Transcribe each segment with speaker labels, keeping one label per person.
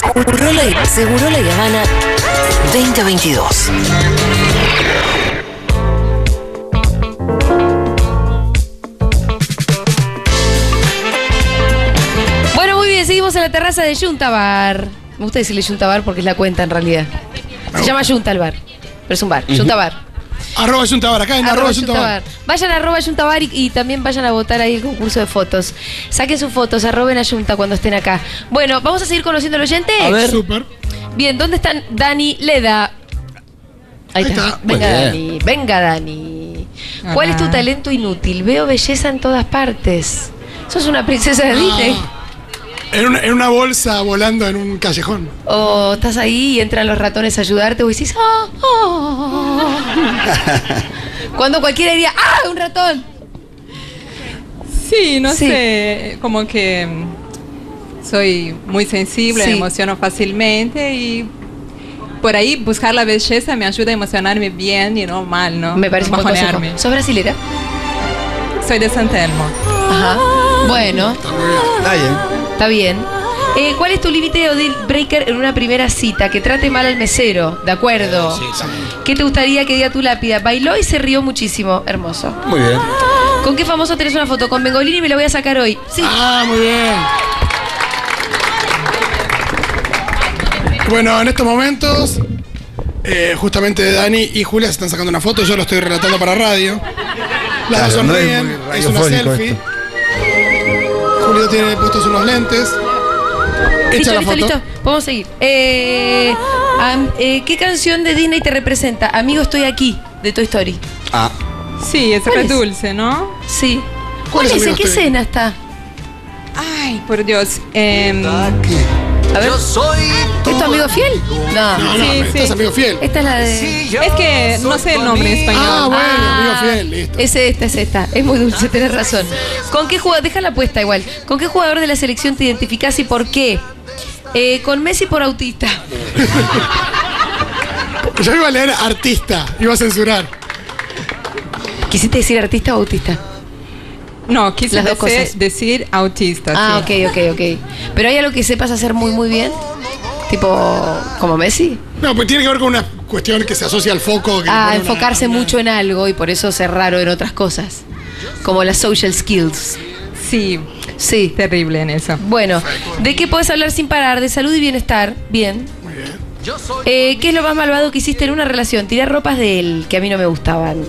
Speaker 1: Seguro la, seguro la Habana 2022.
Speaker 2: Bueno, muy bien, seguimos en la terraza de Yunta Bar. Me gusta decirle Yunta Bar porque es la cuenta en realidad. Se llama Yunta el bar, pero es un bar, Yunta Bar.
Speaker 3: Arroba Yuntabar, acá en arroba
Speaker 2: Arroba
Speaker 3: Yuntabar.
Speaker 2: Yuntabar. Vayan a arroba Yuntabar y, y también vayan a votar ahí el concurso de fotos. Saquen sus fotos, arroben a Yunta cuando estén acá. Bueno, vamos a seguir conociendo al oyente.
Speaker 4: A ver.
Speaker 3: Super.
Speaker 2: Bien, ¿dónde están Dani Leda? Ahí
Speaker 3: Ahí
Speaker 2: está.
Speaker 3: está.
Speaker 2: Venga,
Speaker 4: Muy
Speaker 2: Dani. Venga, Dani. ¿Cuál es tu talento inútil? Veo belleza en todas partes. Sos una princesa
Speaker 3: Ah.
Speaker 2: de Disney.
Speaker 3: En una, en una bolsa volando en un callejón.
Speaker 2: O estás ahí y entran los ratones a ayudarte o decís, "Ah, ah". Cuando cualquiera diría, ¡ah, un ratón!
Speaker 5: Sí, no
Speaker 2: Sí.
Speaker 5: sé, como que mm, soy muy sensible,
Speaker 2: Sí.
Speaker 5: me emociono fácilmente y por ahí buscar la belleza me ayuda a emocionarme bien y no mal, ¿no?
Speaker 2: Me parece
Speaker 5: no
Speaker 2: un buen consejo.
Speaker 5: bajonearme.
Speaker 2: ¿Sos brasilera?
Speaker 5: Soy de San Telmo.
Speaker 2: Ajá. Bueno,
Speaker 4: Está bien.
Speaker 2: está bien. Eh, ¿Cuál es tu límite o deal breaker en una primera cita? Que trate mal al mesero, ¿de acuerdo? ¿Qué te gustaría que diga tu lápida? Bailó y se rió muchísimo. Hermoso.
Speaker 4: Muy bien.
Speaker 2: ¿Con qué famoso tenés una foto? Con Bengolini me la voy a sacar hoy. Sí.
Speaker 3: Ah, muy bien. Bueno, en estos momentos, eh, justamente Dani y Julia se están sacando una foto. Yo lo estoy relatando para radio. Las
Speaker 4: Claro,
Speaker 3: dos
Speaker 4: no es
Speaker 3: sonríen.
Speaker 4: muy
Speaker 3: es, una
Speaker 4: radiofónico
Speaker 3: selfie. Julio tiene puestos unos lentes.
Speaker 2: listo,
Speaker 3: Echa la
Speaker 2: listo,
Speaker 3: foto.
Speaker 2: listo. Podemos seguir. Eh, am- eh, ¿Qué canción de Disney te representa? Amigo, estoy aquí, de Toy Story.
Speaker 4: Ah,
Speaker 5: Sí, es
Speaker 2: ¿Cuál
Speaker 5: re
Speaker 2: es?
Speaker 5: dulce, ¿no?
Speaker 2: Sí.
Speaker 3: ¿Cuál
Speaker 2: ¿Cuál
Speaker 3: es
Speaker 2: es? ¿En
Speaker 3: Amigo,
Speaker 2: qué
Speaker 3: estoy aquí?
Speaker 2: escena está?
Speaker 5: Ay, por Dios. em,
Speaker 2: A ver. ¿Es tu amigo fiel? No.
Speaker 3: Ah, No, no,
Speaker 5: Sí,
Speaker 3: estás
Speaker 5: sí.
Speaker 3: amigo fiel.
Speaker 2: Esta es la de.
Speaker 5: es que no sé el nombre en español.
Speaker 3: Ah, bueno,
Speaker 2: Ah,
Speaker 3: amigo fiel, listo.
Speaker 2: Es esta, es esta. Es muy dulce, tenés razón. ¿Con qué jugador? Deja la apuesta igual. ¿Con qué jugador de la selección te identificás y por qué? Eh, con Messi por autista.
Speaker 3: Yo iba a leer artista, iba a censurar.
Speaker 2: ¿Quisiste decir artista o autista?
Speaker 5: No, quise
Speaker 2: Las dos
Speaker 5: dese-
Speaker 2: cosas.
Speaker 5: decir autista.
Speaker 2: Ah,
Speaker 5: sí.
Speaker 2: ok, ok, ok. Pero hay algo que sepas hacer muy, muy bien. Tipo, como Messi.
Speaker 3: No, pues tiene que ver con una cuestión que se asocia al foco. que
Speaker 2: A
Speaker 3: le pone una-
Speaker 2: enfocarse mucho en algo y por eso ser raro en otras cosas. Como las social skills.
Speaker 5: Sí,
Speaker 2: Sí.
Speaker 5: terrible en eso.
Speaker 2: Bueno, ¿de qué podés hablar sin parar? De salud y bienestar. Bien. Eh, ¿Qué es lo más malvado que hiciste en una relación? Tirar ropas de él, que a mí no me gustaban.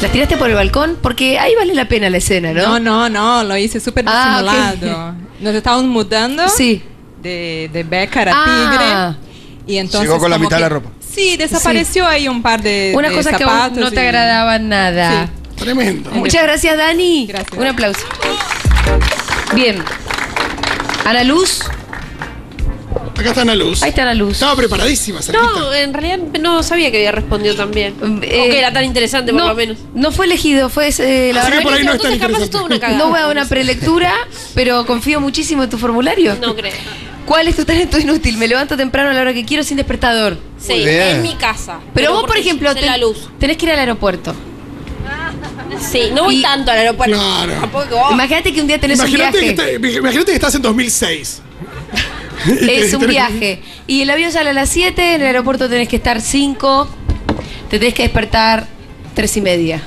Speaker 2: ¿Las tiraste por el balcón? Porque ahí vale la pena la escena, ¿no?
Speaker 5: No, no, no, lo hice súper
Speaker 2: Ah, ok.
Speaker 5: disimulado. Nos estábamos mudando
Speaker 2: Sí.
Speaker 5: de, de Bécar a
Speaker 2: Ah.
Speaker 5: Tigre. Y entonces
Speaker 4: Llegó con la
Speaker 5: como
Speaker 4: mitad
Speaker 5: que-
Speaker 4: de la ropa.
Speaker 5: Sí, desapareció ahí un par de
Speaker 2: Una
Speaker 5: Eh, de
Speaker 2: cosa que a vos
Speaker 5: zapatos
Speaker 2: no te
Speaker 5: y-
Speaker 2: agradaba nada.
Speaker 5: Sí.
Speaker 3: Tremendo.
Speaker 2: Muchas gracias, Dani.
Speaker 5: Gracias.
Speaker 2: Un aplauso. Bien. Ana Luz.
Speaker 3: Acá está Ana Luz.
Speaker 2: Ahí está Ana Luz.
Speaker 3: Estaba preparadísima,
Speaker 6: No,
Speaker 3: cerquita.
Speaker 6: en realidad no sabía que había respondido tan bien. o
Speaker 2: Eh,
Speaker 6: que era tan interesante, por
Speaker 2: no,
Speaker 6: lo menos. Ah,
Speaker 2: No fue elegido, fue eh, la
Speaker 3: Así
Speaker 2: verdad
Speaker 3: que por ahí no es tan
Speaker 6: Entonces,
Speaker 3: interesante.
Speaker 6: capaz es toda una
Speaker 2: que
Speaker 6: cagada.
Speaker 2: no voy a una prelectura, pero confío muchísimo en tu formulario.
Speaker 6: No creo.
Speaker 2: ¿Cuál es tu talento inútil? Me levanto temprano a la hora que quiero sin despertador.
Speaker 6: Sí,
Speaker 4: bien.
Speaker 6: en mi casa.
Speaker 2: Pero, vos, por
Speaker 6: porque
Speaker 2: ejemplo,
Speaker 6: sé
Speaker 2: ten-
Speaker 6: la luz.
Speaker 2: tenés que ir al aeropuerto.
Speaker 6: Sí, no voy
Speaker 2: Y-
Speaker 6: tanto al aeropuerto.
Speaker 3: Claro.
Speaker 6: Tampoco que vos.
Speaker 2: Imagínate que un día tenés
Speaker 3: Imagínate
Speaker 2: un
Speaker 3: que,
Speaker 2: viaje.
Speaker 3: está- imagínate que estás en 2006. Y que
Speaker 2: Es un
Speaker 3: tenés-
Speaker 2: viaje. Y el avión sale a las 7, en el aeropuerto tenés que estar 5, te tenés que despertar 3 y media.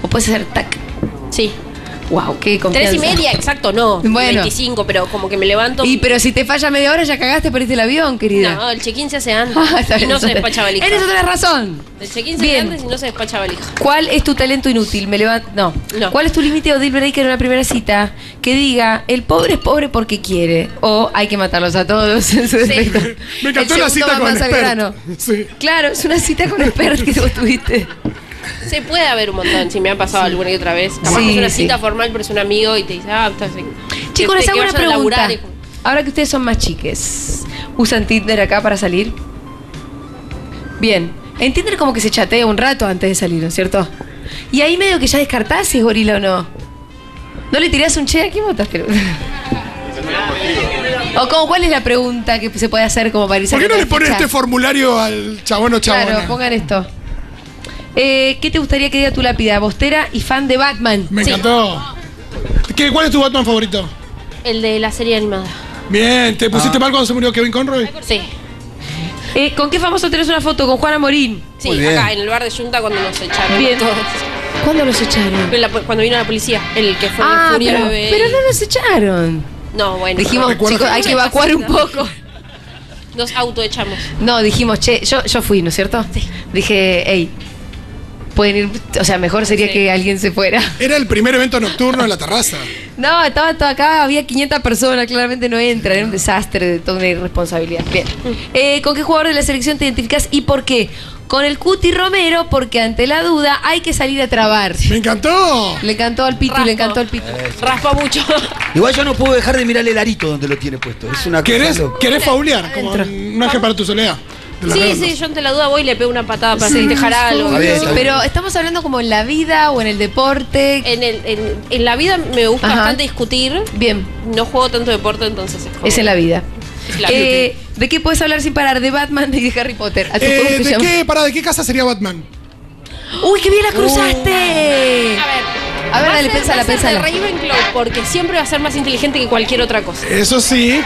Speaker 2: O puedes hacer tac.
Speaker 6: Sí.
Speaker 2: Wow, qué confianza.
Speaker 6: Tres y media, exacto, no.
Speaker 2: Bueno.
Speaker 6: 25, pero como que me levanto.
Speaker 2: Y pero si te falla media hora ya cagaste, perdiste el avión, querida.
Speaker 6: No, el check-in se hace antes.
Speaker 2: Ah, está
Speaker 6: y
Speaker 2: bien,
Speaker 6: no
Speaker 2: eso
Speaker 6: se
Speaker 2: te-
Speaker 6: despacha valija.
Speaker 2: En eso tenés razón.
Speaker 6: El check-in se hace
Speaker 2: Bien.
Speaker 6: antes y no se despacha valija.
Speaker 2: ¿Cuál es tu talento inútil? Me levanto. No.
Speaker 6: No.
Speaker 2: ¿Cuál es tu límite o deal breaker en una primera cita? Que diga, el pobre es pobre porque quiere. O hay que matarlos a todos en su defecto.
Speaker 3: Me encantó
Speaker 2: El segundo
Speaker 3: la cita
Speaker 2: va
Speaker 3: con
Speaker 2: más al
Speaker 3: Expert.
Speaker 2: grano.
Speaker 3: Sí.
Speaker 2: Claro, es una cita con expert que vos tuviste.
Speaker 6: Se puede haber un montón, si me ha pasado alguna que otra vez. Capaz
Speaker 2: Sí,
Speaker 6: que es una
Speaker 2: sí.
Speaker 6: cita formal, pero es un amigo y te dice, ah, estás en.
Speaker 2: Chicos,
Speaker 6: que-
Speaker 2: les
Speaker 6: Este,
Speaker 2: hago
Speaker 6: que
Speaker 2: una
Speaker 6: vayan a
Speaker 2: pregunta.
Speaker 6: laburar y-
Speaker 2: Ahora que ustedes son más chiques, ¿usan Tinder acá para salir? Bien. En Tinder como que se chatea un rato antes de salir, ¿no es cierto? Y ahí medio que ya descartás si es gorila o no. ¿No le tirás un che? ¿A quién votaste? ¿O como, cuál es la pregunta que se puede hacer como para irse
Speaker 3: ¿Por qué no le
Speaker 2: pones
Speaker 3: pones este formulario al chabón o chabona?
Speaker 2: Claro, pongan esto. Eh, ¿Qué te gustaría que diga tu lápida? Bostera y fan de Batman.
Speaker 3: Me encantó. ¿Qué- ¿Cuál es tu Batman favorito?
Speaker 6: El de la serie animada.
Speaker 3: Bien, ¿te
Speaker 2: Ah.
Speaker 3: pusiste mal cuando se murió Kevin Conroy?
Speaker 6: Sí.
Speaker 2: Eh, ¿Con qué famoso tenés una foto? Con Juana Morín.
Speaker 6: Sí,
Speaker 4: Muy bien.
Speaker 6: acá en el bar de Junta cuando nos echaron.
Speaker 2: Bien.
Speaker 6: todos.
Speaker 2: ¿Cuándo los echaron?
Speaker 6: Pero la- Cuando vino la policía, el que fue
Speaker 2: Ah,
Speaker 6: el Furia
Speaker 2: pero,
Speaker 6: Bebé.
Speaker 2: pero no los echaron.
Speaker 6: No, bueno.
Speaker 2: Dijimos,
Speaker 3: recuerdo.
Speaker 2: chicos, hay que evacuar un poco.
Speaker 6: Nos autoechamos.
Speaker 2: No, dijimos, che, yo, yo fui, ¿no es cierto? Dije, hey, pueden ir, o sea, mejor sería
Speaker 6: Sí.
Speaker 2: que alguien se fuera.
Speaker 3: Era el primer evento nocturno en la terraza.
Speaker 2: No, estaba todo acá, había 500 personas, claramente no entran, era un desastre de toda una irresponsabilidad. Bien. Eh, ¿Con qué jugador de la selección te identificas y por qué? Con el Cuti Romero, porque ante la duda hay que salir a trabar.
Speaker 3: ¡Me encantó!
Speaker 2: Le encantó al Pitu,
Speaker 6: Rasco.
Speaker 2: le encantó al Pitu.
Speaker 4: Eh,
Speaker 6: Raspa mucho.
Speaker 4: Igual yo no puedo dejar de mirar el arito donde lo tiene puesto. Es una
Speaker 3: ¿Querés,
Speaker 4: cosa loca.
Speaker 3: querés faulear? Como en un ángel para tu soledad. de los
Speaker 6: Sí,
Speaker 3: redondos.
Speaker 6: sí, yo ante la duda voy y le pego una patada para dejar algo.
Speaker 4: Está bien,
Speaker 6: Sí.
Speaker 4: está bien.
Speaker 2: Pero estamos hablando como en la vida o en el deporte.
Speaker 6: En, el, en, en la vida me gusta
Speaker 2: Ajá.
Speaker 6: bastante discutir.
Speaker 2: Bien,
Speaker 6: No juego tanto deporte, entonces es como-
Speaker 2: es en la vida.
Speaker 6: Es la
Speaker 2: Eh, ¿De qué puedes hablar sin parar? De Batman y de Harry Potter. ¿A tu
Speaker 3: Eh,
Speaker 2: cómo te
Speaker 3: ¿De
Speaker 2: llamas?
Speaker 3: qué, pará, ¿de qué casa sería Batman?
Speaker 2: ¡Uy, qué bien la cruzaste!
Speaker 6: A ver.
Speaker 2: A ver,
Speaker 6: va
Speaker 2: dale,
Speaker 6: ser-
Speaker 2: pensala,
Speaker 6: va a ser de
Speaker 2: pensala.
Speaker 6: Ravenclaw, porque siempre va a ser más inteligente que cualquier otra cosa.
Speaker 3: Eso sí.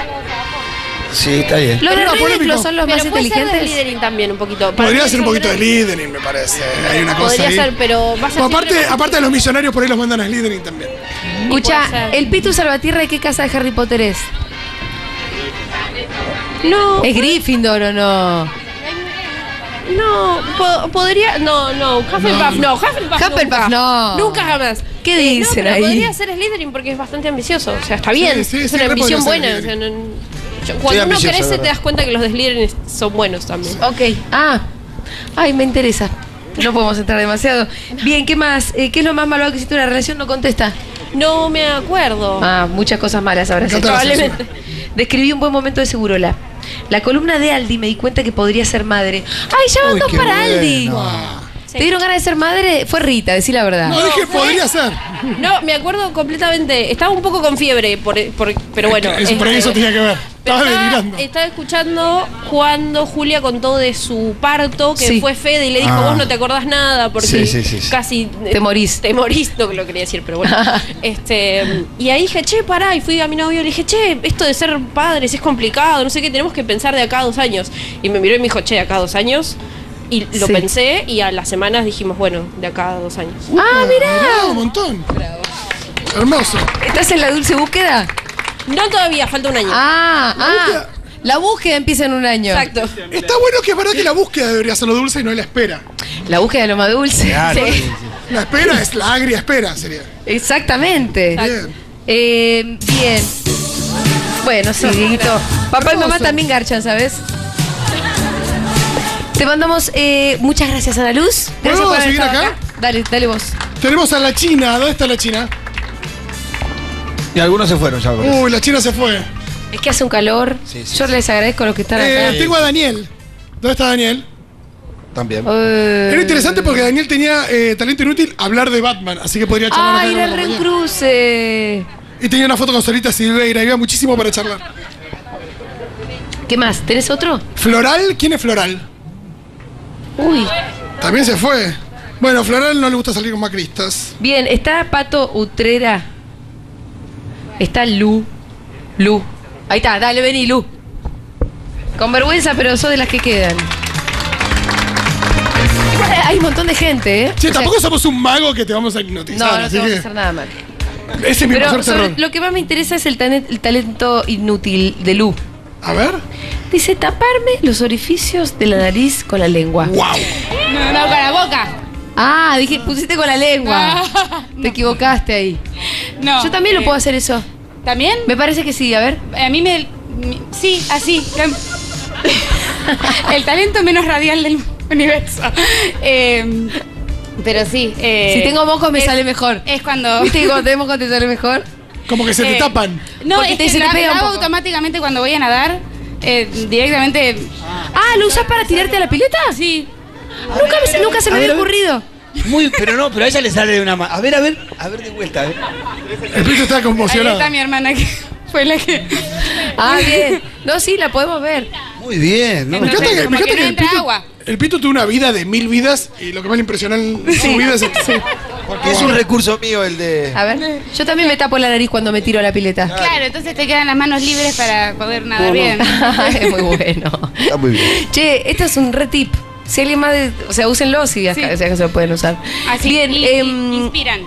Speaker 4: Sí, está bien.
Speaker 2: ¿Los de
Speaker 3: Pero
Speaker 2: Ravenclaw
Speaker 3: polémico.
Speaker 2: son los
Speaker 6: Pero
Speaker 2: más
Speaker 6: puede ser de
Speaker 2: inteligentes?
Speaker 6: Slytherin también un poquito. Para
Speaker 3: Podría
Speaker 6: mí
Speaker 3: ser un
Speaker 6: son
Speaker 3: poquito de
Speaker 6: tres-
Speaker 3: Slytherin, me parece. Hay una cosa
Speaker 6: Podría
Speaker 3: ahí.
Speaker 6: ser, pero va a ser
Speaker 3: Bueno, aparte,
Speaker 6: siempre-
Speaker 3: aparte de los misionarios por ahí los mandan a Slytherin también.
Speaker 6: puede
Speaker 2: Escucha,
Speaker 6: ser.
Speaker 2: ¿el Pitu Salvatierra de qué casa de Harry Potter es?
Speaker 6: No,
Speaker 2: ¿Es Gryffindor o no?
Speaker 6: no, po- podría... No, no, Hufflepuff no, Hufflepuff, no,
Speaker 2: Hufflepuff
Speaker 6: nunca.
Speaker 2: no.
Speaker 6: Nunca jamás.
Speaker 2: ¿Qué
Speaker 6: Eh, no,
Speaker 2: dicen
Speaker 6: pero
Speaker 2: ahí?
Speaker 6: podría ser Slytherin porque es bastante ambicioso. O sea, está bien,
Speaker 3: sí,
Speaker 6: es
Speaker 3: sí,
Speaker 6: una
Speaker 3: re podría
Speaker 6: ambición
Speaker 3: ser
Speaker 6: buena. o sea,
Speaker 3: Slytherin.
Speaker 6: no- yo- cuando uno
Speaker 4: ambicioso,
Speaker 6: crece
Speaker 4: verdad.
Speaker 6: te das cuenta que los de Slytherin es- son buenos también.
Speaker 2: Ok. Ah, ay, me interesa. No podemos entrar demasiado. Bien, ¿qué más? Eh, ¿Qué es lo más malo que hiciste en una relación? No contesta.
Speaker 6: No me acuerdo.
Speaker 2: Ah, muchas cosas malas ahora.
Speaker 3: encanta la
Speaker 2: Probablemente. Describí un buen momento de Segurola. La columna de Aldi me di cuenta que podría ser madre. ¡Ay, ya van
Speaker 4: Uy,
Speaker 2: dos
Speaker 4: qué
Speaker 2: para
Speaker 4: bueno.
Speaker 2: Aldi! ¿Te dieron ganas de ser madre? Fue Rita, decí la
Speaker 6: Ah.
Speaker 2: verdad.
Speaker 3: No, dije, podría ser.
Speaker 6: No, me acuerdo completamente. Estaba un poco con fiebre, por, por- pero bueno.
Speaker 3: Es- por ahí
Speaker 6: este,
Speaker 3: eso tenía que ver.
Speaker 6: pero
Speaker 3: Estaba
Speaker 6: Estaba,
Speaker 3: delirando.
Speaker 6: estaba escuchando cuando Julia contó de su parto, que
Speaker 2: Sí.
Speaker 6: fue Fede, y le dijo,
Speaker 4: Ah.
Speaker 6: vos no te acordás nada, porque
Speaker 4: Sí, sí, sí, sí.
Speaker 6: casi...
Speaker 2: Te morís.
Speaker 6: Te morís, no lo quería decir, pero bueno. este, y ahí dije, che, pará, y fui a mi novio, y le dije, che, esto de ser padres es complicado, no sé qué, tenemos que pensar de acá a dos años. Y me miró y me dijo, che, de acá a dos años. Y lo
Speaker 2: Sí.
Speaker 6: pensé, y a las semanas dijimos, bueno, de acá a dos años.
Speaker 2: ¡Ah,
Speaker 3: Mirá,
Speaker 2: mirá!
Speaker 3: un montón. Hermoso.
Speaker 2: ¿Estás en la dulce búsqueda?
Speaker 6: No todavía, falta un año.
Speaker 2: Ah, ah. La búsqueda empieza en un año.
Speaker 6: Exacto.
Speaker 3: Está bueno que es verdad que la búsqueda debería ser lo dulce y no la espera.
Speaker 2: La búsqueda de lo más dulce.
Speaker 4: Claro.
Speaker 2: Sí. Ah,
Speaker 3: La espera es la agria espera, sería.
Speaker 2: Exactamente.
Speaker 3: Bien.
Speaker 2: Eh, bien. Bueno, sí, Dieguito. Papá y mamá también garchan, ¿sabes? Te mandamos eh, muchas gracias, Ana Luz. Gracias
Speaker 3: ¿Puedo
Speaker 2: por haber
Speaker 3: seguir
Speaker 2: estado
Speaker 3: acá?
Speaker 2: Dale, dale vos.
Speaker 3: Tenemos a la China. ¿Dónde está la China?
Speaker 4: Y algunos se fueron ya. por eso.
Speaker 3: Uy, la China se fue.
Speaker 2: Es que hace un calor.
Speaker 4: Sí, sí,
Speaker 2: Yo
Speaker 4: sí.
Speaker 2: les agradezco a los que están
Speaker 3: Eh,
Speaker 2: acá.
Speaker 3: tengo a Daniel. ¿Dónde está Daniel?
Speaker 4: También.
Speaker 2: Eh,
Speaker 3: Era interesante porque Daniel tenía eh, talento inútil hablar de Batman, así que podría charlar. acá
Speaker 2: ¡Ay,
Speaker 3: con
Speaker 2: era
Speaker 3: la
Speaker 2: el
Speaker 3: compañía.
Speaker 2: reencruce!
Speaker 3: Y tenía una foto con Solita Silveira, había muchísimo para charlar.
Speaker 2: ¿Qué más? ¿Tenés otro?
Speaker 3: ¿Floral? ¿Quién es Floral?
Speaker 2: Uy.
Speaker 3: También se fue. Bueno, Floral no le gusta salir con macristas.
Speaker 2: Bien, está Pato Utrera. Está Lu. Lu. Ahí está, dale, vení, Lu. Con vergüenza, pero sos de las que quedan. Igual Hay un montón de gente, ¿eh?
Speaker 3: Che,
Speaker 2: O sea,
Speaker 3: tampoco somos un mago que te vamos a
Speaker 2: No,
Speaker 3: hipnotizar.
Speaker 2: no
Speaker 3: así
Speaker 2: te vamos a
Speaker 3: que
Speaker 2: hacer nada mal.
Speaker 3: Ese es mi
Speaker 2: Pero
Speaker 3: mayor
Speaker 2: sobre-
Speaker 3: terror.
Speaker 2: lo que más me interesa es el, tane- el talento inútil de Lu.
Speaker 3: A ver.
Speaker 2: Dice, taparme los orificios de la nariz con la lengua.
Speaker 3: ¡Wow!
Speaker 5: No, con la boca.
Speaker 2: Ah, dije, pusiste con la lengua. Te equivocaste ahí.
Speaker 7: No.
Speaker 2: Yo también lo
Speaker 7: Eh,
Speaker 2: puedo hacer eso.
Speaker 7: ¿También?
Speaker 2: Me parece que sí, a ver.
Speaker 7: A mí me. mi- sí, así. la- el talento menos radial del universo. Eh, pero sí. eh,
Speaker 2: Si tengo moco me
Speaker 7: es-
Speaker 2: sale mejor.
Speaker 7: Es cuando.
Speaker 2: ¿Viste que cuando te moco te sale mejor?
Speaker 3: Como que se te
Speaker 7: Eh,
Speaker 3: tapan.
Speaker 7: No,
Speaker 2: Porque
Speaker 7: es
Speaker 2: te
Speaker 7: que
Speaker 2: se te
Speaker 7: na-
Speaker 2: pega un
Speaker 7: nado
Speaker 2: poco.
Speaker 7: automáticamente cuando voy a nadar. eh, directamente.
Speaker 2: Ah, ¿lo usás para tirarte a la pileta?
Speaker 7: Sí.
Speaker 2: Nunca, me- nunca se me
Speaker 4: a ver,
Speaker 2: había
Speaker 4: a ver.
Speaker 2: ocurrido.
Speaker 4: Muy, pero no, pero a ella le sale de una mano. A ver, a ver, a ver de vuelta. ¿eh? a ver.
Speaker 3: El piso está
Speaker 7: Ahí
Speaker 3: conmocionado.
Speaker 7: está mi hermana que fue la que.
Speaker 2: Ah, bien. No, sí, la podemos ver.
Speaker 4: Muy bien, ¿no?
Speaker 3: Me encanta que,
Speaker 7: Como
Speaker 3: me encanta
Speaker 7: que no
Speaker 3: que el,
Speaker 7: entra
Speaker 3: pito,
Speaker 7: agua.
Speaker 3: el Pito tuvo una vida de mil vidas y lo que más le impresionó en su vida es este.
Speaker 8: Porque es un recurso mío el de.
Speaker 2: A ver, yo también me tapo la nariz cuando me tiro a la pileta.
Speaker 7: Claro, entonces te quedan las manos libres para poder nadar bien.
Speaker 2: es muy bueno.
Speaker 8: Está muy bien.
Speaker 2: Che, esto es un re tip. Si alguien más, de- o sea, úsenlo si acá- si acá se lo pueden usar.
Speaker 7: Así
Speaker 2: Bien,
Speaker 7: y-
Speaker 2: em,
Speaker 7: inspiran.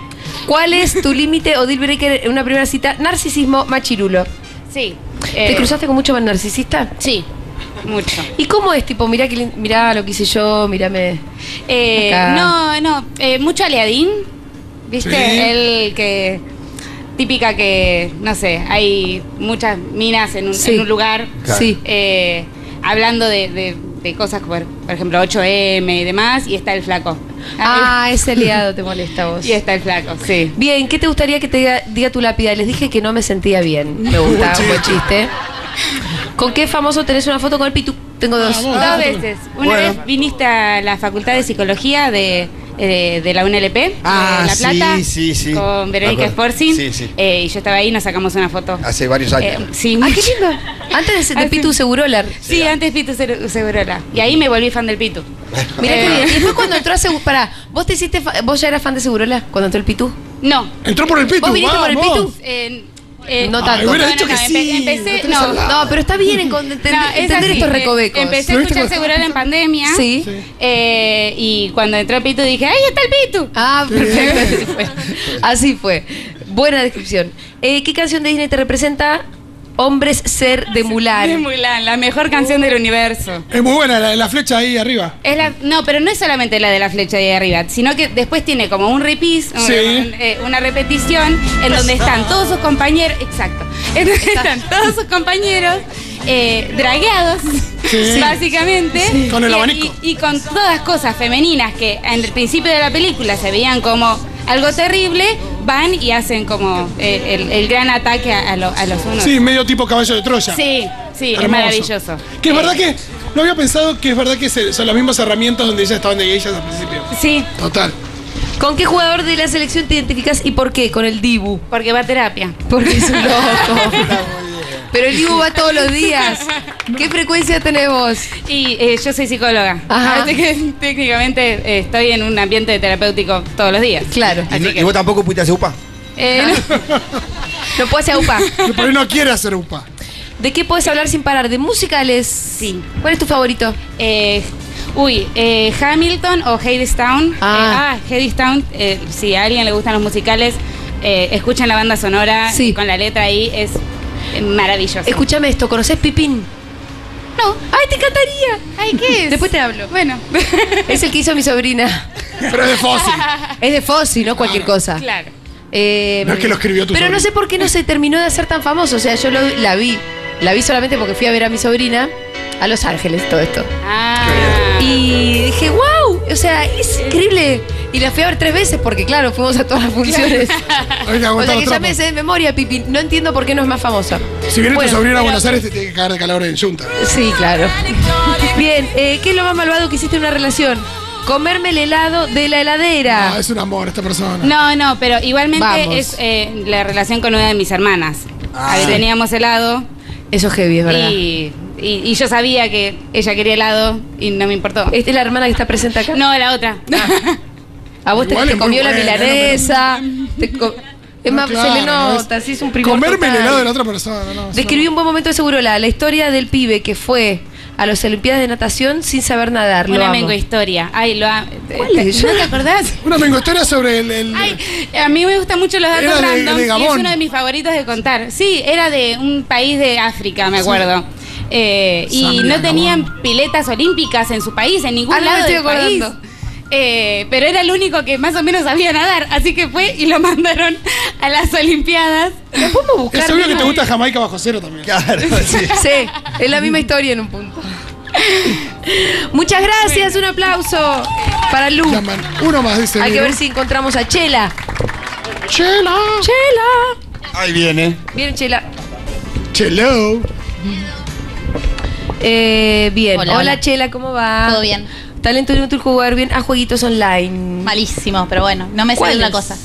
Speaker 2: ¿cuál es tu límite o deal breaker en una primera cita? Narcisismo machirulo.
Speaker 7: Sí.
Speaker 2: ¿Te
Speaker 7: eh,
Speaker 2: cruzaste con mucho más narcisista?
Speaker 7: Sí, mucho.
Speaker 2: ¿Y cómo es? Tipo, mirá, que lin- mirá lo que hice yo, mírame.
Speaker 7: Eh,
Speaker 2: Acá.
Speaker 7: no, no, eh, mucho aliadín, ¿viste?
Speaker 3: Sí.
Speaker 7: El que típica que, no sé, hay muchas minas en un,
Speaker 2: Sí.
Speaker 7: en un lugar
Speaker 8: Claro.
Speaker 2: Sí.
Speaker 7: eh, hablando de, de- de cosas como, por ejemplo, 8M y demás, y está el flaco.
Speaker 2: Ah, ese aliado te molesta a vos.
Speaker 7: Y está el flaco, sí.
Speaker 2: Bien, ¿qué te gustaría que te diga, diga tu lápida? Les dije que no me sentía bien. Me gustaba, un buen chiste. ¿Con qué famoso tenés una foto con el Pitu? Tengo Ah, dos.
Speaker 7: Dos veces. Una
Speaker 8: Ah. Bueno.
Speaker 7: vez viniste a la Facultad de Psicología de, eh, de la UNLP,
Speaker 8: Ah,
Speaker 7: de La Plata,
Speaker 8: sí, sí, sí.
Speaker 7: con
Speaker 8: Me
Speaker 7: Verónica
Speaker 8: acuerdo.
Speaker 7: Sforzin,
Speaker 8: Sí, sí.
Speaker 7: eh, y yo estaba ahí y nos sacamos una foto.
Speaker 8: Hace varios años.
Speaker 7: Eh, sí,
Speaker 2: Ah,
Speaker 7: mucho.
Speaker 2: qué lindo. Antes de, de
Speaker 7: Ah, sí.
Speaker 2: Pitu Segurolar.
Speaker 7: Sí, antes Pitu Cero- Segurola. Y ahí me volví fan del Pitu.
Speaker 2: Mirá
Speaker 7: Eh.
Speaker 2: qué bien. Y después cuando entró a Segurola, pará, vos te hiciste fa- vos ya eras fan de Segurola cuando entró el Pitu.
Speaker 7: No.
Speaker 3: Entró por el pitu.
Speaker 2: ¿Vos viniste por el
Speaker 3: vamos.
Speaker 2: pitu?
Speaker 7: eh, eh,
Speaker 2: No tanto. Ay,
Speaker 3: hubiera dicho que
Speaker 7: empe-
Speaker 3: sí,
Speaker 7: Empecé,
Speaker 3: lo tenés
Speaker 7: no,
Speaker 3: al
Speaker 7: no,
Speaker 2: No, pero está bien en con- enten-
Speaker 7: No, es
Speaker 2: entender
Speaker 7: así,
Speaker 2: estos
Speaker 7: eh,
Speaker 2: recovecos.
Speaker 7: Empecé a
Speaker 3: ¿No viste
Speaker 7: escuchar
Speaker 3: cuando-
Speaker 7: Segurola en pandemia.
Speaker 2: Sí.
Speaker 7: Eh, y cuando entró el Pitu dije, ¡ahí está el Pitu!
Speaker 2: Ah, perfecto, así fue. Así fue. Buena descripción. Eh, ¿Qué canción de Disney te representa? Hombres ser de
Speaker 7: Es
Speaker 2: Mulan.
Speaker 7: Mulan, la mejor canción del universo.
Speaker 3: Es muy buena la, la flecha ahí arriba.
Speaker 7: Es la- no, pero no es solamente la de la flecha de ahí arriba, sino que después tiene como un repis, un-
Speaker 3: Sí.
Speaker 7: un- eh, una repetición en donde están todos sus compañeros, exacto, en donde están todos sus compañeros eh, dragueados, básicamente.
Speaker 3: Con el
Speaker 7: y-
Speaker 3: abanico.
Speaker 7: Y, y con todas cosas femeninas que en el principio de la película se veían como algo terrible, van y hacen como eh, el, el gran ataque a, a lo- a los unos.
Speaker 3: Sí, medio tipo caballo de Troya.
Speaker 7: sí, sí, es
Speaker 3: Hermoso.
Speaker 7: maravilloso.
Speaker 3: Que es
Speaker 7: Eh,
Speaker 3: verdad que no había pensado que es verdad que se- son las mismas herramientas donde ellas estaban de ellas al principio.
Speaker 7: Sí,
Speaker 3: Total.
Speaker 2: ¿Con qué jugador de la selección te identificas y por qué? Con el Dibu.
Speaker 7: porque va a terapia.
Speaker 2: Porque es un loco. Pero el Dibu va todos los días. ¿Qué frecuencia tenemos?
Speaker 7: Y eh, yo soy psicóloga.
Speaker 2: Ajá.
Speaker 7: Así que técnicamente eh, estoy en un ambiente terapéutico todos los días.
Speaker 2: Claro.
Speaker 8: ¿Y, no- y vos tampoco pudiste hacer upa?
Speaker 7: Eh, no.
Speaker 2: No puedo hacer upa.
Speaker 3: Que por ahí no quiere hacer upa.
Speaker 2: ¿De qué puedes hablar sin parar? ¿De musicales?
Speaker 7: Sí.
Speaker 2: ¿Cuál es tu favorito?
Speaker 7: Eh, uy, eh, Hamilton o Hadestown.
Speaker 2: Ah.
Speaker 7: Eh, ah, Hadestown. eh, si a alguien le gustan los musicales, eh, escuchen la banda sonora
Speaker 2: Sí.
Speaker 7: con la letra ahí. Es eh, maravilloso.
Speaker 2: Escúchame esto, ¿conoces Pipín?
Speaker 7: No.
Speaker 2: ¡Ay, te encantaría!
Speaker 7: Ay, ¿qué es?
Speaker 2: Después te hablo.
Speaker 7: Bueno.
Speaker 2: Es el que hizo mi sobrina.
Speaker 3: Pero es de fósil.
Speaker 2: Es de Fossi, no cualquier cosa.
Speaker 7: claro.
Speaker 2: Eh,
Speaker 3: No es que lo escribió tu
Speaker 2: Pero no
Speaker 3: sobrina.
Speaker 2: sé por qué no se terminó de hacer tan famoso. O sea, yo lo- la vi. La vi solamente porque fui a ver a mi sobrina a Los Ángeles, todo esto.
Speaker 7: Ah.
Speaker 2: Y dije, wow, o sea, es increíble. Y la fui a ver tres veces porque, claro, fuimos a todas las funciones.
Speaker 3: Hay que
Speaker 2: O
Speaker 3: aguantar
Speaker 2: sea,
Speaker 3: los
Speaker 2: que ya
Speaker 3: trapos.
Speaker 2: me sé de memoria, Pipi. No entiendo por qué no es más famosa.
Speaker 3: Si viene
Speaker 2: Bueno,
Speaker 3: tu sobrina a
Speaker 2: pero-
Speaker 3: Buenos Aires, te tiene que cagar de calor en Junta.
Speaker 2: Sí, claro. Bien, eh, ¿qué es lo más malvado que hiciste en una relación? Comerme el helado de la heladera.
Speaker 3: Ah, es un amor esta persona.
Speaker 7: No, no, pero igualmente
Speaker 2: Vamos.
Speaker 7: es eh, la relación con una de mis hermanas.
Speaker 8: Ah.
Speaker 7: A ver, teníamos helado
Speaker 2: Eso es heavy, es verdad.
Speaker 7: y, y- y yo sabía que ella quería helado y no me importó.
Speaker 2: Esta es la hermana que está presente acá.
Speaker 7: No, la otra.
Speaker 2: A vos te,
Speaker 3: Igual
Speaker 2: te
Speaker 3: es muy
Speaker 2: comió la
Speaker 3: buena,
Speaker 2: milanesa. te co- es
Speaker 3: No,
Speaker 2: más,
Speaker 3: Ah, claro,
Speaker 2: se le
Speaker 3: no
Speaker 2: nota,
Speaker 3: es-
Speaker 2: sí, es un primor
Speaker 3: Comerme el
Speaker 2: total.
Speaker 3: helado de la otra persona. No,
Speaker 2: Describí
Speaker 3: no.
Speaker 2: un buen momento de seguro la, la historia del pibe que fue a las Olimpiadas de natación sin saber nadar. Lo
Speaker 7: una
Speaker 2: amo.
Speaker 7: mengo historia. Ay, lo amo.
Speaker 2: ¿Cuál es?
Speaker 7: ¿No te acordás?
Speaker 3: Una mengostera sobre el. el-
Speaker 7: Ay, a mí me gustan mucho los datos
Speaker 3: Era de-
Speaker 7: random
Speaker 3: de
Speaker 7: y es
Speaker 3: Gabón.
Speaker 7: uno de mis favoritos de contar. Sí, era de un país de África, me acuerdo. Eh, y
Speaker 3: Zambia,
Speaker 7: no tenían piletas olímpicas en su país, en ningún
Speaker 2: Ah, no me
Speaker 7: lado
Speaker 2: estoy
Speaker 7: del país.
Speaker 2: acordando.
Speaker 7: Eh, pero era el único que más o menos sabía nadar, así que fue y lo mandaron a las Olimpiadas.
Speaker 2: ¿Lo podemos buscar?
Speaker 3: es obvio que
Speaker 2: mismo?
Speaker 3: te gusta Jamaica bajo cero también.
Speaker 8: Claro, sí.
Speaker 2: Sí, es la misma historia en un punto. Muchas gracias, un aplauso para Lu.
Speaker 3: Llaman uno más, dice.
Speaker 2: Hay que
Speaker 3: Miro.
Speaker 2: ver si encontramos a Chela.
Speaker 3: Chela.
Speaker 2: Chela.
Speaker 8: Ahí viene.
Speaker 2: Bien, Chela.
Speaker 3: Chelo.
Speaker 2: Eh, bien. Hola,
Speaker 9: Hola, hola.
Speaker 2: Chela, ¿cómo va?
Speaker 9: Todo bien.
Speaker 2: Talento de un jugar bien a jueguitos online.
Speaker 9: Malísimo, pero bueno, no me sale
Speaker 2: ¿Cuáles?
Speaker 9: una cosa.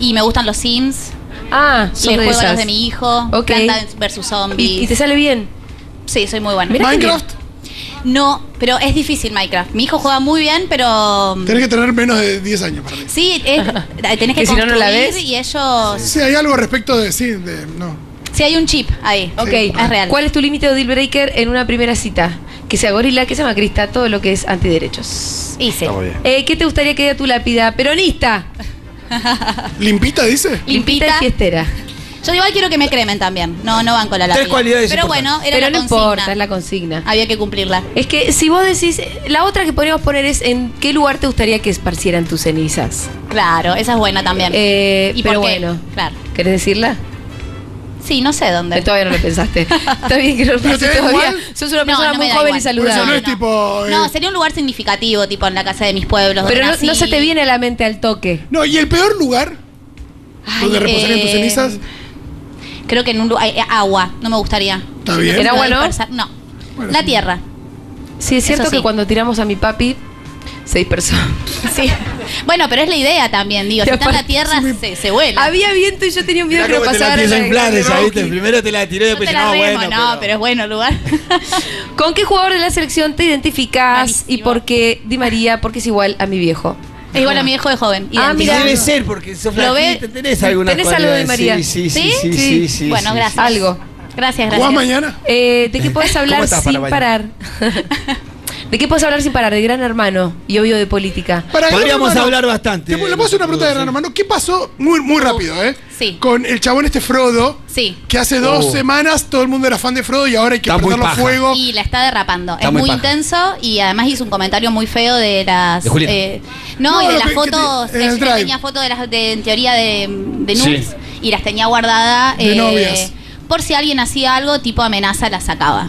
Speaker 9: Y me gustan los Sims,
Speaker 2: Ah,
Speaker 9: le
Speaker 2: son de
Speaker 9: juego a
Speaker 2: esas.
Speaker 9: los de mi hijo,
Speaker 2: Ok.
Speaker 9: Planta vs Zombies.
Speaker 2: ¿Y, y te sale bien.
Speaker 9: Sí, soy muy buena.
Speaker 2: Mirá qué
Speaker 3: Minecraft.
Speaker 9: No, pero es difícil Minecraft. Mi hijo juega muy bien, pero. mm,
Speaker 3: Tenés que tener menos de 10 años para mí.
Speaker 9: Sí, es- tenés que
Speaker 2: Que si no,
Speaker 9: construir
Speaker 2: no la ves.
Speaker 9: y ellos.
Speaker 3: Sí, hay algo respecto de. Sí, de. No.
Speaker 9: Sí, hay un chip ahí.
Speaker 2: Ok,
Speaker 9: Es real.
Speaker 2: ¿cuál es tu límite o deal breaker en una primera cita? Que sea gorila, que sea macrista, todo lo que es antiderechos.
Speaker 9: Y sí.
Speaker 8: Está muy bien.
Speaker 2: Eh, ¿Qué te gustaría que diga tu lápida? Peronista,
Speaker 3: ¿Limpita dice?
Speaker 2: limpita y fiestera.
Speaker 9: Yo igual quiero que me cremen también. No, no van con la
Speaker 4: Tres
Speaker 9: lápida.
Speaker 4: cualidades
Speaker 9: Pero bueno,
Speaker 4: importantes.
Speaker 9: era
Speaker 2: Pero
Speaker 9: la
Speaker 2: no
Speaker 9: consigna.
Speaker 2: importa, es la consigna.
Speaker 9: Había que cumplirla.
Speaker 2: Es que si vos decís, la otra que podríamos poner es en qué lugar te gustaría que esparcieran tus cenizas.
Speaker 9: Claro, esa es buena también.
Speaker 2: Eh,
Speaker 9: ¿Y
Speaker 2: pero
Speaker 9: por qué?
Speaker 2: bueno.
Speaker 9: Claro.
Speaker 2: ¿Querés decirla?
Speaker 9: Sí, no sé dónde.
Speaker 2: Todavía no lo pensaste. Está bien que no lo
Speaker 3: Pero te
Speaker 2: pensaste
Speaker 3: da
Speaker 2: todavía.
Speaker 3: igual.
Speaker 2: Sos una
Speaker 9: No,
Speaker 2: persona
Speaker 9: no me
Speaker 2: muy
Speaker 9: da
Speaker 2: joven
Speaker 9: igual.
Speaker 2: y
Speaker 3: Por eso no
Speaker 2: saludable.
Speaker 3: es tipo. eh,
Speaker 9: No, sería un lugar significativo, tipo en la casa de mis pueblos. donde
Speaker 2: Pero no,
Speaker 9: nací.
Speaker 2: no se te viene a la mente al toque.
Speaker 3: no, y el peor lugar
Speaker 9: Ay,
Speaker 3: donde reposarían tus
Speaker 9: eh,
Speaker 3: cenizas.
Speaker 9: Creo que en un lugar. eh, agua, no me gustaría.
Speaker 3: Está bien.
Speaker 2: ¿En
Speaker 9: Lo
Speaker 2: agua
Speaker 9: de
Speaker 2: no?
Speaker 9: dispersar- No.
Speaker 3: Bueno.
Speaker 9: La tierra.
Speaker 2: Sí, es
Speaker 9: Eso
Speaker 2: cierto que
Speaker 9: sí.
Speaker 2: cuando tiramos a mi papi, se dispersó.
Speaker 9: Sí. Bueno, pero es la idea también, digo.
Speaker 2: Y
Speaker 9: Si está en la
Speaker 2: aparte-
Speaker 9: tierra, se, se vuela.
Speaker 2: Había viento y yo tenía un miedo
Speaker 8: Mirá
Speaker 2: que lo
Speaker 8: cómo te la
Speaker 2: pasara.
Speaker 8: pienso
Speaker 2: la
Speaker 8: en
Speaker 2: de-
Speaker 8: plan.
Speaker 4: Planes,
Speaker 8: Rocky.
Speaker 4: ¿viste? Primero te la tiré,
Speaker 9: no
Speaker 4: después
Speaker 9: te
Speaker 4: dije,
Speaker 9: la
Speaker 4: no,
Speaker 9: remo,
Speaker 4: bueno.
Speaker 9: no, pero es bueno lugar.
Speaker 2: ¿Con qué jugador de la selección te identificás y
Speaker 9: Malísimo.
Speaker 2: por qué Di María? Porque es igual a mi viejo.
Speaker 9: es igual a mi viejo de joven.
Speaker 2: Ah,
Speaker 9: idéntico.
Speaker 2: mira.
Speaker 4: Debe ser, porque sos
Speaker 9: Lo ve-
Speaker 4: flaquita, tenés alguna
Speaker 2: tenés algo de
Speaker 4: cualidad.
Speaker 2: María.
Speaker 4: Sí, sí, sí,
Speaker 9: ¿Sí?
Speaker 4: sí,
Speaker 2: Sí.
Speaker 4: sí, sí,
Speaker 9: Bueno,
Speaker 4: sí.
Speaker 9: gracias.
Speaker 2: Algo.
Speaker 9: Gracias,
Speaker 3: ¿Jugás
Speaker 9: gracias.
Speaker 3: mañana?
Speaker 2: Eh, ¿De qué podés hablar
Speaker 8: ¿Cómo estás
Speaker 2: sin
Speaker 8: para mañana?
Speaker 2: parar? ¿De qué podés hablar sin parar? De Gran Hermano y obvio de política.
Speaker 3: Para
Speaker 4: Podríamos
Speaker 3: Gran Hermano,
Speaker 4: hablar bastante.
Speaker 3: Te, le puedo hacer una pregunta de Gran Hermano. ¿Qué pasó? Muy, muy rápido, ¿eh?
Speaker 9: sí.
Speaker 3: Con el chabón este Frodo.
Speaker 9: Sí.
Speaker 3: Que hace dos
Speaker 4: Oh.
Speaker 3: semanas todo el mundo era fan de Frodo y ahora hay que
Speaker 8: Está muy
Speaker 3: prenderlo a
Speaker 8: paja.
Speaker 3: fuego.
Speaker 9: Y la está derrapando.
Speaker 8: Está
Speaker 9: es
Speaker 8: muy
Speaker 9: muy
Speaker 8: paja.
Speaker 9: intenso y además hizo un comentario muy feo de las.
Speaker 8: De Julián.
Speaker 9: eh, no,
Speaker 3: No,
Speaker 9: y de
Speaker 3: lo
Speaker 9: las
Speaker 3: que- que te-
Speaker 9: fotos.
Speaker 3: en el
Speaker 9: ella
Speaker 3: drive.
Speaker 9: tenía fotos de las de, en teoría de, de
Speaker 8: Sí.
Speaker 9: nudes y las tenía guardadas. eh,
Speaker 3: De novias.
Speaker 9: Por si alguien hacía algo, tipo amenaza, las sacaba.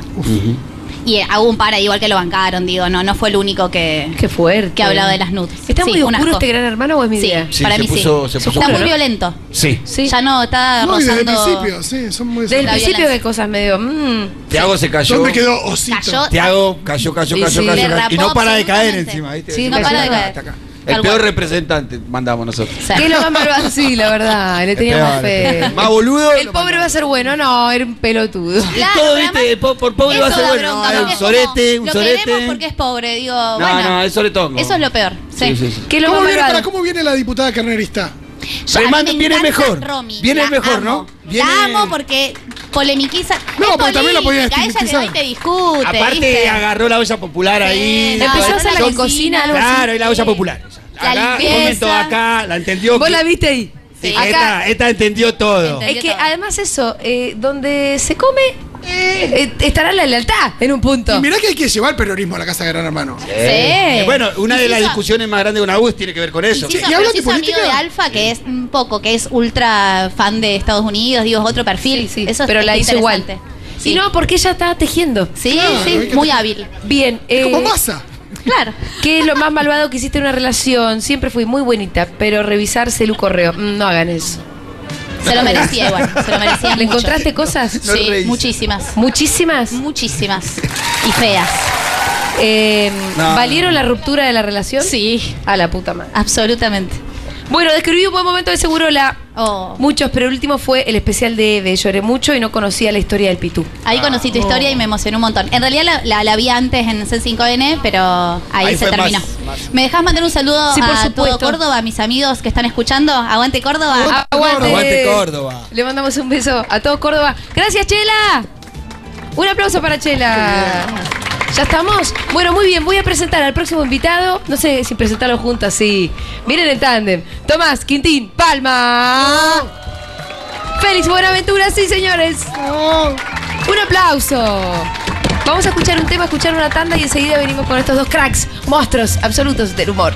Speaker 9: Y eh, hubo un par ahí, igual que lo bancaron, digo, no, no fue el único que.
Speaker 2: Qué fuerte.
Speaker 9: Que hablaba de las nudes.
Speaker 2: ¿Está
Speaker 9: Sí,
Speaker 2: muy
Speaker 9: un
Speaker 2: oscuro
Speaker 9: asco.
Speaker 2: este Gran Hermano o es mi
Speaker 9: Sí,
Speaker 2: idea?
Speaker 8: Sí,
Speaker 9: para
Speaker 8: se
Speaker 9: mí
Speaker 8: puso-
Speaker 9: sí.
Speaker 8: se puso
Speaker 9: está
Speaker 8: oscuro,
Speaker 9: muy
Speaker 8: ¿no?
Speaker 9: violento.
Speaker 8: Sí.
Speaker 2: Sí.
Speaker 9: Ya no, está
Speaker 3: No, y desde el
Speaker 9: rozando.
Speaker 3: principio, sí, son muy
Speaker 2: Desde el
Speaker 9: La
Speaker 2: principio de
Speaker 9: violencia.
Speaker 2: cosas medio. mm,
Speaker 8: Tiago se cayó.
Speaker 3: ¿Dónde quedó Osito?
Speaker 9: Cayó.
Speaker 8: Tiago cayó, cayó,
Speaker 2: Sí,
Speaker 8: cayó,
Speaker 2: sí.
Speaker 8: cayó, cayó.
Speaker 9: Derrapó
Speaker 8: Y no para de caer
Speaker 9: absolutamente.
Speaker 8: encima, ¿viste?
Speaker 2: Sí,
Speaker 8: Es
Speaker 2: no
Speaker 8: una
Speaker 2: para de
Speaker 8: persona
Speaker 2: caer.
Speaker 8: hasta acá.
Speaker 9: Tal
Speaker 8: El peor
Speaker 9: cual.
Speaker 8: representante mandamos nosotros.
Speaker 9: Sí.
Speaker 2: Que es lo más bárbaro? Sí, la verdad. Le tenía más fe.
Speaker 8: Peor. Más boludo.
Speaker 2: El pobre va a ser bueno. No, era un pelotudo.
Speaker 4: Y
Speaker 9: Claro,
Speaker 4: todo,
Speaker 9: pero
Speaker 4: viste, po- por pobre
Speaker 9: Eso
Speaker 4: va a ser
Speaker 9: da
Speaker 4: bueno.
Speaker 9: bronca,
Speaker 4: ah,
Speaker 9: porque
Speaker 4: un
Speaker 9: es como,
Speaker 4: sorete, un
Speaker 9: lo
Speaker 4: sorete.
Speaker 9: queremos porque es pobre, digo,
Speaker 8: No,
Speaker 9: bueno.
Speaker 8: no, es soletongo.
Speaker 9: Eso es lo peor. Sí.
Speaker 8: Sí, sí, sí.
Speaker 2: ¿Qué es lo más
Speaker 3: ¿Cómo viene, para,
Speaker 2: bárbaro?
Speaker 3: ¿Cómo viene la diputada carnerista?
Speaker 9: Yo- a
Speaker 4: Remando-
Speaker 9: mí me
Speaker 4: viene
Speaker 9: encanta
Speaker 4: mejor,
Speaker 9: Romy,
Speaker 4: viene
Speaker 9: la
Speaker 4: mejor,
Speaker 9: amo.
Speaker 4: ¿no? Viene-
Speaker 9: La amo porque polemiquiza.
Speaker 3: No,
Speaker 9: es
Speaker 3: pero también la podía
Speaker 9: política, Ella te va y
Speaker 3: estigmatizar.
Speaker 9: te discute.
Speaker 4: Aparte,
Speaker 9: ¿viste?
Speaker 4: agarró la olla popular ahí.
Speaker 9: Sí, no,
Speaker 2: Empezó a hacer la
Speaker 9: Yo-
Speaker 2: que cocina, algo así.
Speaker 4: Claro, y la olla popular.
Speaker 9: La
Speaker 4: acá,
Speaker 9: limpieza.
Speaker 4: momento acá, la entendió.
Speaker 2: Vos
Speaker 4: que-
Speaker 2: la viste ahí.
Speaker 9: Sí.
Speaker 2: Acá.
Speaker 4: Esta, esta entendió todo.
Speaker 9: Entendió.
Speaker 2: Es que además eso, eh, donde se come, eh, estará la lealtad en un punto.
Speaker 3: Y mirá que hay que llevar el peronismo a la casa de Gran Hermano.
Speaker 9: Sí.
Speaker 4: Eh, bueno, una
Speaker 9: Y
Speaker 4: de
Speaker 9: se
Speaker 4: las
Speaker 9: hizo-
Speaker 4: discusiones más grandes de una U tiene que ver con
Speaker 9: y
Speaker 4: eso.
Speaker 9: se
Speaker 3: Sí, ¿y
Speaker 9: hizo- pero
Speaker 3: hablan
Speaker 9: se
Speaker 3: de
Speaker 9: hizo amigo de
Speaker 3: política?
Speaker 9: Alfa, que es un poco, que es ultra fan de Estados Unidos, digo, es otro perfil.
Speaker 2: Sí,
Speaker 9: Eso
Speaker 2: pero
Speaker 9: es
Speaker 2: la hizo igual.
Speaker 9: interesante.
Speaker 2: Y
Speaker 9: Sí,
Speaker 2: no, porque ella estaba tejiendo.
Speaker 9: sí,
Speaker 3: Claro,
Speaker 9: sí,
Speaker 3: hay que-
Speaker 9: muy hábil.
Speaker 2: Bien.
Speaker 3: Es como
Speaker 2: eh,
Speaker 3: masa.
Speaker 9: Claro.
Speaker 2: ¿Qué es lo más malvado que hiciste en una relación? Siempre fui muy bonita, pero revisar celu correo. Mm, No hagan eso.
Speaker 9: Se lo merecía igual. Se lo merecía.
Speaker 2: ¿Le
Speaker 9: mucho.
Speaker 2: encontraste cosas?
Speaker 8: No
Speaker 9: Sí,
Speaker 8: reís.
Speaker 9: muchísimas.
Speaker 2: Muchísimas.
Speaker 9: Muchísimas. Y feas.
Speaker 2: Eh,
Speaker 8: No.
Speaker 2: ¿Valieron la ruptura de la relación?
Speaker 9: Sí.
Speaker 2: A la puta madre.
Speaker 9: Absolutamente.
Speaker 2: Bueno, describí un buen momento de seguro la.
Speaker 9: Oh.
Speaker 2: Muchos, pero el último fue el especial de Eve. Lloré mucho y no conocía la historia del Pitú.
Speaker 9: Ahí conocí
Speaker 2: oh.
Speaker 9: tu historia y me emocionó un montón. En realidad la, la- la vi antes en C5N, pero ahí,
Speaker 8: Ahí
Speaker 9: se
Speaker 8: fue
Speaker 9: terminó.
Speaker 8: más-
Speaker 9: ¿Me dejás mandar un saludo
Speaker 2: Sí, por
Speaker 9: a todo
Speaker 2: supuesto.
Speaker 9: Córdoba, a mis amigos que están escuchando? Aguante Córdoba.
Speaker 2: Aguante.
Speaker 8: Aguante Córdoba.
Speaker 2: Le mandamos un beso a todo Córdoba. Gracias, Chela. Un aplauso para Chela. ¿Ya estamos? Bueno, muy bien, voy a presentar al próximo invitado. No sé si presentarlo juntas, sí. Miren el tándem. Tomás Quintín Palma. Félix Buenaventura, sí, señores. Un aplauso. Vamos a escuchar un tema, escuchar una tanda y enseguida venimos con estos dos cracks, monstruos absolutos del humor.